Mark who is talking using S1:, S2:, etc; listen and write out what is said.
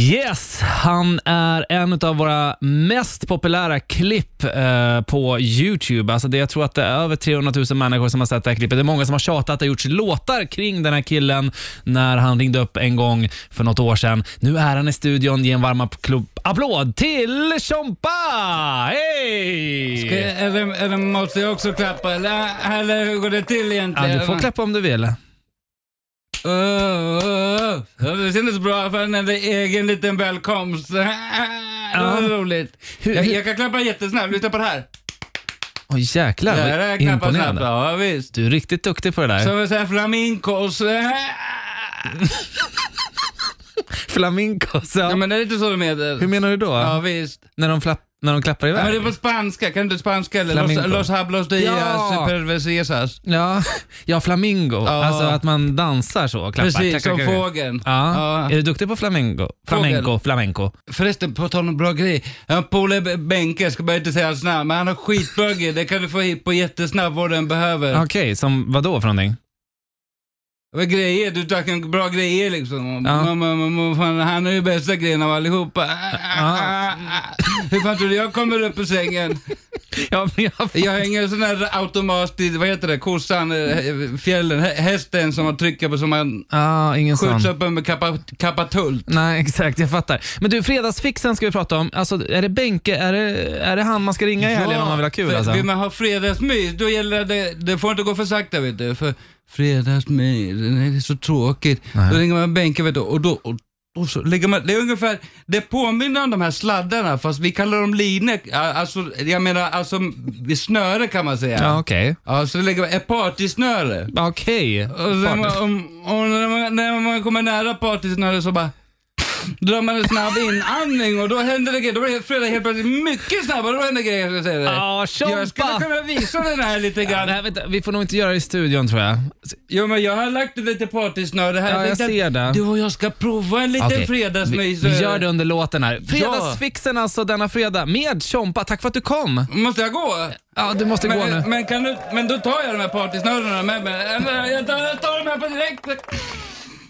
S1: Yes, han är en av våra mest populära klipp eh, på Youtube. Alltså det, jag tror att det är över 300 000 människor som har sett det här klippet. Det är många som har tjatat och gjort låtar kring den här killen när han ringde upp en gång för något år sedan. Nu är han i studion. Ge en varm appklubb- applåd till Chompa! Hej!
S2: Ska- Eller, eller måste jag också klappa? Eller, eller hur går det till
S1: Ja,
S2: egentligen?
S1: du får klappa om du vill.
S2: Åh, åh, åh. oh, Det kändes bra för han hade egen liten välkomst. Det var
S1: Ja.
S2: roligt.
S1: Hur-
S2: jag,
S1: hur-
S2: jag kan klappa jättesnabbt. Lyssna på det här.
S1: Oj jäklar,
S2: Det här
S1: vad
S2: är klappa snabbt.
S1: imponerande.
S2: Ja, visst.
S1: Du är riktigt duktig på det där.
S2: Som en sån här flamencos.
S1: Flamenco. Så.
S2: Ja, men det är inte så de heter.
S1: Hur menar du då?
S2: Ja, visst.
S1: När, de flapp, när de klappar
S2: Ja,
S1: iväg?
S2: men det är på spanska. Kan du inte spanska? Eller?
S1: Flamenco.
S2: Los, los hablos dias
S1: Ja.
S2: perversesas.
S1: Ja, ja flamingo.
S2: Ja.
S1: Alltså att man dansar så och klappar.
S2: Precis,
S1: Klack,
S2: som
S1: klack, klack.
S2: fågeln.
S1: Ja.
S2: Ja.
S1: Är du duktig på flamingo?
S2: Fågel.
S1: Flamenco, flamenco.
S2: Förresten, på tal om bra grej. Jag har en polare, Benke, ska bara inte säga hans namn, men han har skitbra grej. Det kan du få hit på jättesnabbt vad den behöver.
S1: Okej, som vadå för någonting?
S2: Vad grejer, du drack en bra grejer liksom.
S1: Ja.
S2: Men, men, men, men, fan, han är ju bästa grejen av allihopa.
S1: Ja.
S2: Hur fan tror du jag kommer upp ur sängen?
S1: Ja, men jag...
S2: Jag hänger en sån här automatisk, vad heter det, kossan, eh, fjällen, hä- hästen som man trycker på som man
S1: Ah, ingen sån.
S2: skjuts upp med kappa, kappatult.
S1: Nej, exakt. Jag fattar. Men du, fredagsfixen ska vi prata om. Alltså, är det Benke? Är det, är det han man ska ringa i helgen om man vill ha kul?
S2: för
S1: Alltså?
S2: Vill man ha fredagsmys, då gäller det, det får inte gå för sakta vet du. För fredagsmys, nej, det är så tråkigt. Då ringer man bänken vet du och då, och, och så lägger man, det är ungefär, det påminner om de här sladdarna fast vi kallar dem linor, Ja, alltså jag menar alltså snöre kan man säga.
S1: Ja, okej.
S2: Ja, så lägger man ett partysnöre.
S1: Okej.
S2: Och sen,
S1: Part-
S2: man- om, om, när, man, när man kommer nära partysnöret så bara drar man en snabb inandning och då händer det grejer. Då blir fredag helt plötsligt mycket snabbare. Då händer grejer, ska jag säga dig.
S1: Ja, tjompa!
S2: Jag skulle kunna visa den här lite
S1: Ja,
S2: grann.
S1: nej, vänta, vi får nog inte göra det i studion tror jag.
S2: Jo, men jag har lagt lite partysnöre här.
S1: Ja, jag
S2: tänkte att
S1: ser det.
S2: Du och jag ska prova en liten
S1: Okej,
S2: fredagsmys. eh,
S1: Vi, vi gör det under låten här. Fredagsfixen alltså denna fredag med Chompa. Tack för att du kom.
S2: Måste jag gå?
S1: Ja, du måste gå nu.
S2: eh, Men, men, kan du, men då tar jag de här partysnörena med mig. Jag tar, jag tar de här på direkt.